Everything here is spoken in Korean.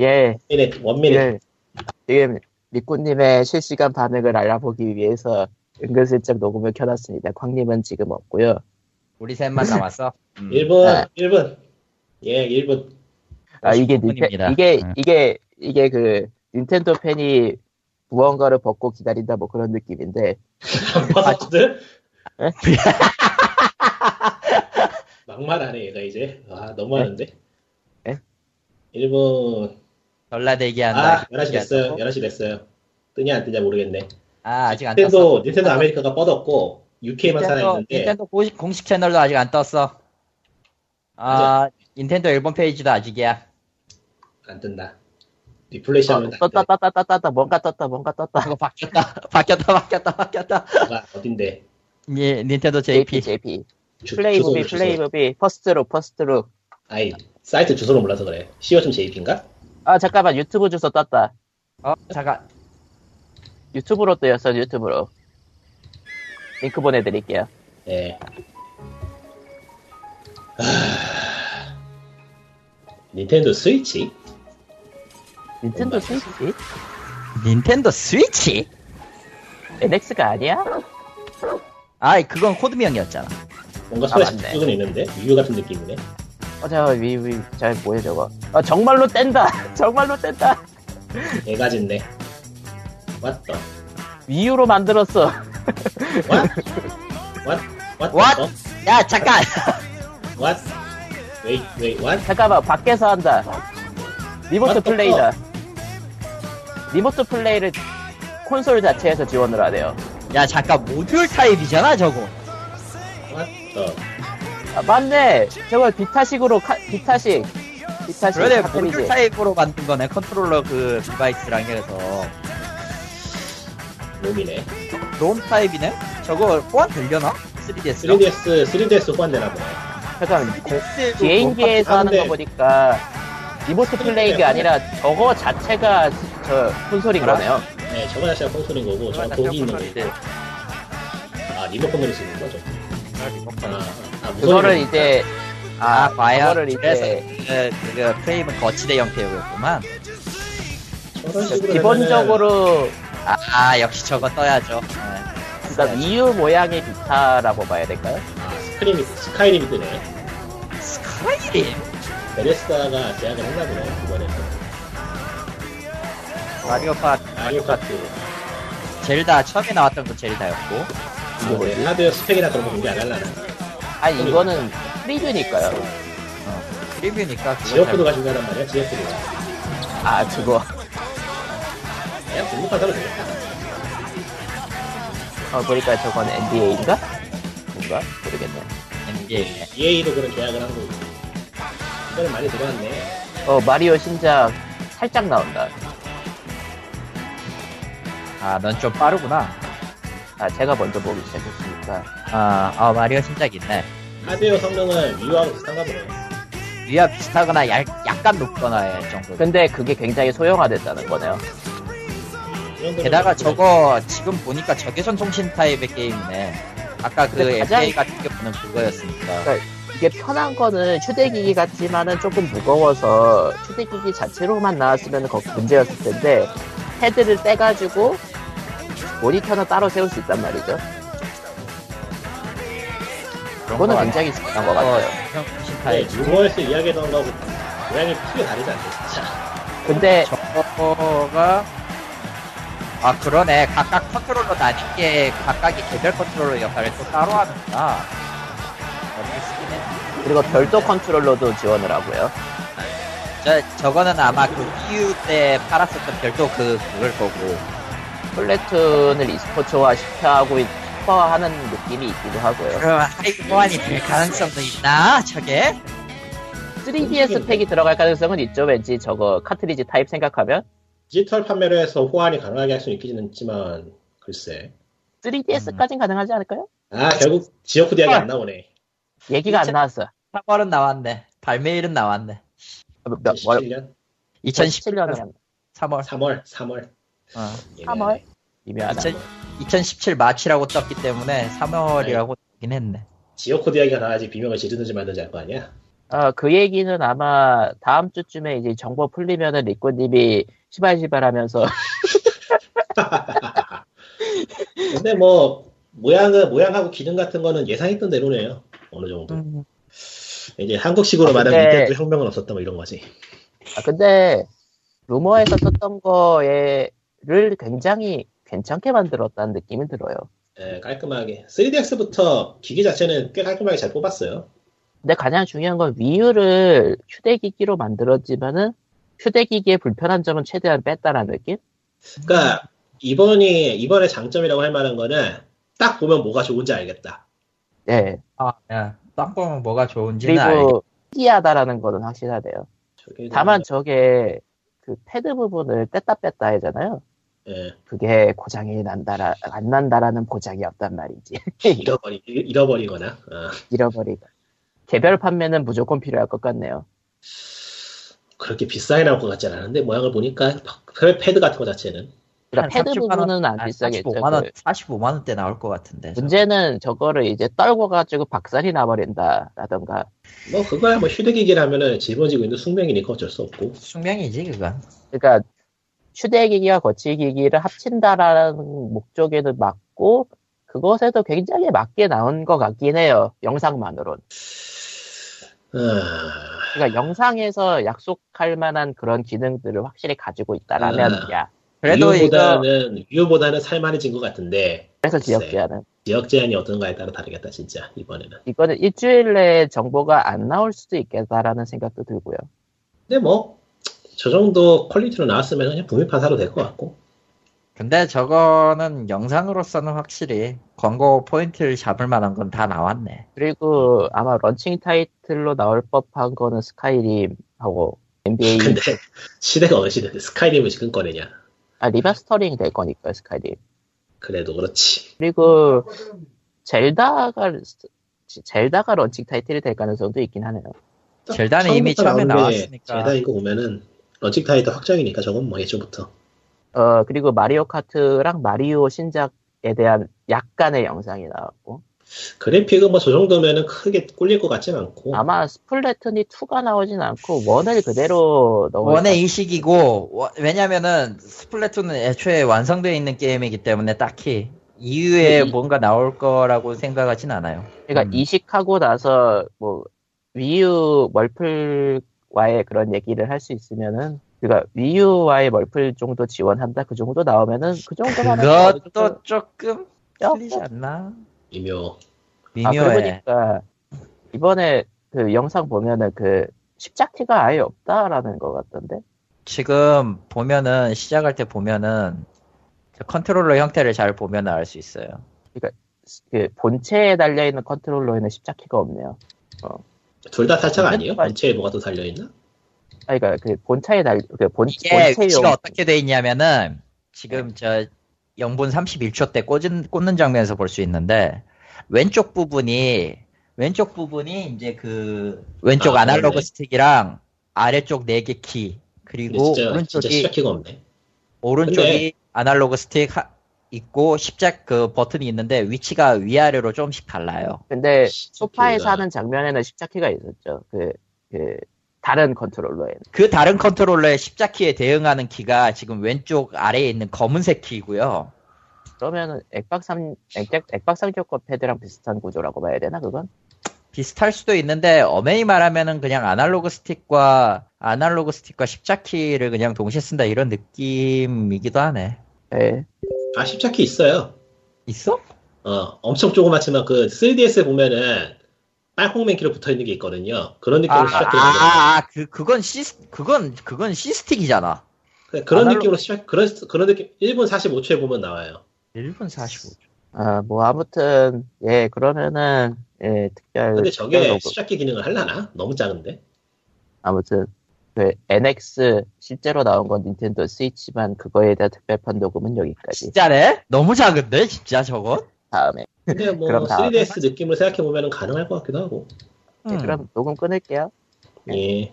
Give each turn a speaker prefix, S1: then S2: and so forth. S1: 예,
S2: 원미래, 원미래.
S1: 이를 지금 리꾸님의 실시간 반응을 알아보기 위해서 은근슬쩍 녹음을 켜놨습니다. 광님은 지금 없고요.
S3: 우리 셋만 남았어. 음.
S2: 1분,
S1: 네.
S2: 일 1분. 예, 1분.
S1: 아 이게
S3: 15분
S1: 닌테,
S3: 입니다.
S1: 이게
S3: 네.
S1: 이게 이게 그 닌텐도 팬이 무언가를 벗고 기다린다 뭐 그런 느낌인데
S2: 안
S1: 아,
S2: 봤었거든? 막말하네, 얘가 이제. 아, 너무하는데?
S1: 에?
S2: 1분.
S3: 전라대기한다.
S2: 아, 11시 됐어요. 11시 됐어요. 뜨냐, 안 뜨냐 모르겠네.
S3: 아, 아직 안
S2: 닌텐도,
S3: 떴어.
S2: 닌텐도 아메리카가 뻗었고, UK만
S3: 닌텐도,
S2: 살아있는데,
S3: 닌텐도 공식, 공식 채널도 아직 안 떴어. 아, 닌텐도 일본 페이지도 아직이야.
S2: 안 뜬다. 리플레이시 하면 안
S1: 뭐 떴다
S2: 뜬다.
S1: 떴다 떴다 떴다 뭔가 떴다 뭔가 떴다
S3: 그거 바뀌었다. 바뀌었다. 바뀌었다. 바뀌었다.
S2: 어딘데?
S3: 예, 닌텐도 JP.
S1: JP JP
S2: 주,
S1: 플레이
S2: 주소로,
S1: 무비
S2: 주소.
S1: 플레이 무비 퍼스트로 퍼스트로
S2: 아이, 사이트 주소를 몰라서 그래. 시어좀 제입인가?
S1: 아 잠깐만 유튜브 주소 떴다
S3: 어, 잠깐.
S1: 유튜브로 뜨였어 유튜브로 링크 보내드릴게요.
S2: 예. 하... 아. 닌텐도 스위치?
S1: 닌텐도
S2: 네,
S1: 스위치?
S3: 닌텐도 스위치?
S1: NX가 아니야?
S3: 아이, 그건 코드명이었잖아.
S2: 뭔가
S1: 아,
S2: 소리가
S1: 맞네.
S2: 지금 있는데? 유유 같은 느낌이네.
S1: 어, 잠깐만, 위, 위, 잘, 뭐야, 저거. 아, 정말로 뗀다! 정말로 뗀다!
S2: 얘가 짓네. 왔다.
S1: 위유로 만들었어.
S2: 왔? 왔? 왔?
S3: What? 야, 잠깐!
S2: 왔? 웨이, 웨이, 왔?
S1: 잠깐만, 밖에서 한다. 리모트
S2: What the
S1: 플레이다. 리모트 플레이를 콘솔 자체에서 지원을 하네요.
S3: 야, 잠깐, 모듈 타입이잖아, 저거.
S2: 왔다.
S1: 아, 맞네! 저걸 비타식으로, 카, 비타식. 비타식.
S3: 그러네, 모듈
S1: 카트리지.
S3: 타입으로 만든 거네. 컨트롤러 그 디바이스랑 해서.
S2: 놈이네.
S3: 롬 타입이네? 저거 호환 되려나? 3DS랑?
S2: 3DS, 3DS 호환되나 보네.
S1: 잠깐만, 고-
S2: 아,
S1: 개인기에서
S3: 어,
S1: 하는
S2: 근데-
S1: 거 보니까 리모트 플레이가 아니라 저거 자체가 저 콘솔인
S3: 알아?
S1: 거네요.
S2: 네, 저거 자체가 콘솔인 거고, 저거 독이 있는 거고. 아, 리모컨으로 쓰는 거죠.
S3: 뭐
S2: 아, 아 무선
S1: 그거를
S2: 리모컨.
S1: 이제
S3: 아, 과연
S1: 저거를
S3: 그래서
S1: 이제
S3: 그, 그 프레임은 거치대 형태였구만.
S2: 저런 식으로 되면은
S1: 기본적으로
S3: 아, 아, 역시 저거 떠야죠. 네.
S1: 그러니까 EU 모양의 비타라고 봐야 될까요?
S2: 아, 스크림이, 스카이림이 뜨네.
S3: 스카이림?
S2: 베데스다가 제안을 했나 보네 이번에는
S3: 마리오 파트,
S2: 마리오 카트
S3: 젤다 처음에 나왔던 그 젤다였고.
S2: 이거 뭐지? 하드웨어 스펙이나 그런 거 공개 안 할라나
S1: 아니 이거는 프리뷰니까요.
S3: 리뷰니까
S2: 지역구도
S3: 그거 잘...
S2: 가지고 하단 말이야 지역구도
S1: 아 그거
S2: 그냥 등록한 사로 되겠다
S1: 어, 보니까 저건 NDA인가? 뭔가 모르겠네.
S3: NBA.
S2: EA도 그런 계약을 한 거고 이거는 많이 들어왔네
S1: 어 마리오 신작 살짝 나온다.
S3: 아, 넌 좀 빠르구나.
S1: 아 제가 먼저 보기 시작했으니까
S3: 아, 아 마리오 신작 있네.
S2: 하드웨어 성능은 위유하고 비슷한가 보네
S3: 위와 비슷하거나 얇, 약간 높거나 정도.
S1: 근데 그게 굉장히 소형화됐다는 거네요.
S2: 이 정도면
S3: 게다가
S2: 그냥
S3: 저거 지금 보니까 적외선 통신 타입의 게임이네. 아까 그
S1: 근데 가장-
S3: NBA 같은 경우는 그거였으니까.
S1: 이게 편한 거는 휴대기기 같지만은 조금 무거워서 휴대기기 자체로만 나왔으면 거 문제였을 텐데 헤드를 떼가지고 모니터는 따로 세울 수 있단 말이죠. 그거는 어, 그렇죠. 굉장히 중요한 것 같아요.
S3: 적외선 어, 통신
S2: 네,
S3: 타입.
S2: 유머에서 이야기했던 거하고 모양이 크게 다르지 않네 진짜
S1: 근데
S3: 저거가 아 그러네 각각 컨트롤러 나뉜 게 각각이 개별 컨트롤러 역할을 또 따로 하는구나. 어떻게 쓰긴 했네.
S1: 그리고 별도 컨트롤러도 지원을 하고요.
S3: 저 저거는 아마 그 EU 때 팔았었던 별도 그 그걸 거고.
S1: 플래툰을 e스포츠화 시켜하고 있- 싶어하는 느낌이 있기도 하고요.
S3: 그럼 하이브 보안이 될 가능성도 있나 저게?
S1: 3DS 팩이 들어갈 가능성은 있죠. 왠지 저거 카트리지 타입 생각하면
S2: 디지털 판매로 해서 호환이 가능하게 할 수는 있긴 있지만 글쎄
S1: 3DS까진 가능하지 않을까요?
S2: 아 결국 지역구도 이야기 안 나오네
S1: 얘기가 안
S3: 진짜-
S1: 나왔어.
S3: 3월은 나왔네. 발매일은 아, 나왔네.
S1: 몇, 월,
S2: 2017년
S3: 2017년
S1: 2017년은
S3: 3월.
S2: 3월 3월
S1: 아,
S3: 어.
S1: 3월? 미묘하다.
S3: 2017 마치라고 떴기 때문에 3월이라고 뜨긴 했네.
S2: 지역코드 이야기가 나와야지 비명을 지르는지 말든지 할 거 아니야?
S1: 어, 그 얘기는 아마 다음 주쯤에 이제 정보 풀리면은 리코님이 시발시발 하면서
S2: 근데 뭐 모양은 모양하고 기능 같은 거는 예상했던 대로네요. 어느 정도. 이제 한국식으로
S1: 음. 아, 근데-
S2: 말하면 닌텐도 혁명은 없었다 뭐 이런 거지.
S1: 아, 근데 루머에서 썼던 거에를 굉장히 괜찮게 만들었다는 느낌이 들어요.
S2: 예, 깔끔하게 3DX부터 기기 자체는 꽤 깔끔하게 잘 뽑았어요.
S1: 근데 가장 중요한 건 위유를 휴대기기로 만들었지만은 휴대기기의 불편한 점은 최대한 뺐다라는 느낌? 음.
S2: 그러니까 이번이 이번의 장점이라고 할 만한 거는 딱 보면 뭐가 좋은지 알겠다.
S1: 예.
S3: 아, 예. 딱 보면 뭐가 좋은지는 알겠
S1: 그리고 특이하다라는 거는 확실하대요.
S2: 저게
S1: 다만 저게 그 패드 부분을 뺐다 뺐다 하잖아요.
S2: 예,
S1: 그게 고장이 난다라 안 난다라는 보장이 없단 말이지.
S2: 잃어버리 잃어버리거나 어,
S1: 잃어버리다. 개별 판매는 무조건 필요할 것 같네요.
S2: 그렇게 비싸게 나올 것 같진 않은데 모양을 보니까 패- 패드 같은 거 자체는
S1: 그러니까
S3: 한
S1: 패드
S3: 35만 원,
S1: 부분은 안
S3: 아니,
S1: 비싸겠죠.
S3: 45만 원,
S1: 그
S3: 45만 원대 나올 것 같은데. 저거.
S1: 문제는 저거를 이제 떨고 가지고 박살이 나버린다라던가
S2: 뭐 그거야 뭐 휴대기기라면은 짊어지고 있는 숙명이니까 어쩔 수 없고
S3: 숙명이지 그건.
S1: 그러니까 휴대기기와 거치기기를 합친다라는 목적에는 맞고 그것에도 굉장히 맞게 나온 것 같긴 해요. 영상만으론.
S2: 아,
S1: 그러니까 영상에서 약속할 만한 그런 기능들을 확실히 가지고 있다라면
S2: 아.
S1: 야.
S3: 그래도 이거
S2: 유보다는 유보다는 살만해진 것 같은데
S1: 그래서 지역
S2: 글쎄.
S1: 제한은
S2: 지역 제한이 어떤가에 따라 다르겠다 진짜 이번에는.
S1: 이거는 일주일 내에 정보가 안 나올 수도 있겠다라는 생각도 들고요.
S2: 근데 뭐 저 정도 퀄리티로 나왔으면 그냥 북미판 사도 될 것 같고
S3: 근데 저거는 영상으로서는 확실히 광고 포인트를 잡을 만한 건 다 나왔네.
S1: 그리고 아마 런칭 타이틀로 나올 법한 거는 스카이림하고
S3: 음.
S1: NBA
S2: 근데 시대가 어느 시대인데 스카이림을 지금 꺼내냐
S1: 아, 리마스터링 될 거니까요, 스카이림.
S2: 그래도 그렇지
S1: 그리고 젤다가 젤다가 런칭 타이틀이 될 가능성도 있긴 하네요.
S3: 젤다는 이미 처음에 나왔으니까.
S2: 젤다 이거 보면은 런칭 타이틀 확정이니까 저건 뭐 예전부터
S1: 어 그리고 마리오 카트랑 마리오 신작에 대한 약간의 영상이 나왔고
S2: 그래픽은 뭐 저 정도면은 크게 꿀릴 것 같진 않고
S1: 아마 스플래툰이 2가 나오진 않고 원을 그대로 넣어
S3: 원의 이식이고 워- 왜냐면은 스플래툰은 애초에 완성되어 있는 게임이기 때문에 딱히
S2: 이-
S3: 이후에 뭔가 나올 거라고 생각하진 않아요.
S1: 그러니까
S3: 음.
S1: 이식하고 나서 뭐 위유 멀플와의 그런 얘기를 할 수 있으면은 그러니까 위유와의 멀플 정도 지원한다 그 정도 나오면은 그 정도만 해도
S3: 그것도 조금
S1: 조금
S3: 틀리지 않나?
S2: 이묘
S1: 아, 그러고
S3: 미묘해.
S1: 보니까 이번에 그 영상 보면은 그 십자키가 아예 없다라는 것 같던데.
S3: 지금 보면은 시작할 때 보면은 저 컨트롤러 형태를 잘 보면 알 수 있어요.
S1: 그 본체에 달려 있는 컨트롤러에는 십자키가 없네요.
S2: 둘 다 탈착
S3: 음.
S2: 아니에요?
S1: 맞-
S2: 본체에 뭐가 또 달려있나?
S1: 아, 그러니까 그 본체에 달, 그본
S3: 이게
S1: 본체용
S3: 위치가 예, 어떻게 돼 있냐면은
S2: 네.
S3: 지금 저 0분 31초 때 꽂은, 꽂는 장면에서 볼 수 있는데 왼쪽 부분이 왼쪽 부분이 이제 그 왼쪽
S2: 아,
S3: 아, 날로그
S2: 그러네.
S3: 스틱이랑 아래쪽 4개 키
S2: 근데
S3: 그리고
S2: 네, 진짜 진짜
S3: 오른쪽이
S2: 시작키가 없네
S3: 오른쪽이
S2: 근데-
S3: 아날로그 스틱 하- 있고 십자 그 버튼이 있는데 위치가 위아래로 조금씩 달라요.
S1: 근데 소파에서
S2: 십자키가.
S1: 하는 장면에는 십자키가 있었죠. 그, 그, 다른 컨트롤러에는.
S3: 그 다른 컨트롤러의 십자 키에 대응하는 키가 지금 왼쪽 아래에 있는 검은색 키고요.
S1: 그러면은 액박삼, 액, 액박삼격권 패드랑 비슷한 구조라고 봐야 되나, 그건?
S3: 비슷할 수도 있는데 엄연히 말하면은 그냥 아날로그 스틱과 아날로그 스틱과 십자키를 그냥 동시에 쓴다 이런 느낌이기도 하네.
S1: 예.
S2: 아 십자키 있어요
S3: 있어?
S2: 어, 엄청 조그맣지만 그 3DS에 보면은 빨콩맨키로 붙어 있는 게 있거든요. 그런
S3: 아,
S2: 느낌으로 시작해요.
S3: 아, 아, 그 그건 시 그건 그건 시스틱이잖아.
S2: 네, 그런
S3: 아날로-
S2: 느낌으로 시작 그런 그런 느낌 1분 45초에 보면 나와요.
S3: 1분 45초.
S1: 아, 뭐, 아무튼, 예, 그러면은, 예,
S3: 네,
S1: 특별.
S2: 근데
S1: 특별
S2: 저게
S1: 로그.
S2: 시작기 기능을 하려나? 너무 작은데.
S1: 아무튼 그 NX 실제로 나온 건 닌텐도 스위치만 그거에 대한 특별판 녹음은 여기까지
S3: 진짜네? 너무 작은데 진짜 저건?
S1: 다음에
S2: 근데 뭐
S1: 그럼 다음에 음. 예,
S2: 3DS 느낌을 생각해 보면은 가능할 것 같기도 하고.
S1: 네, 그럼 녹음 끊을게요.
S2: 예.